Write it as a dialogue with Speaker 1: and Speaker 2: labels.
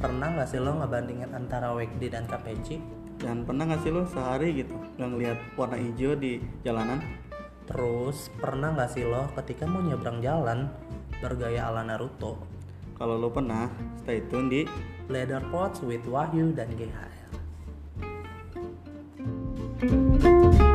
Speaker 1: pernah nggak sih lo ngebandingin antara weekday dan KPC
Speaker 2: Dan pernah nggak sih lo sehari gitu nggak ngelihat warna hijau di jalanan?
Speaker 1: terus pernah nggak sih lo ketika mau nyebrang jalan bergaya ala Naruto
Speaker 2: Kalau lo pernah, stay tune di
Speaker 1: leather pots with Wahyu dan GHL
Speaker 2: Thank you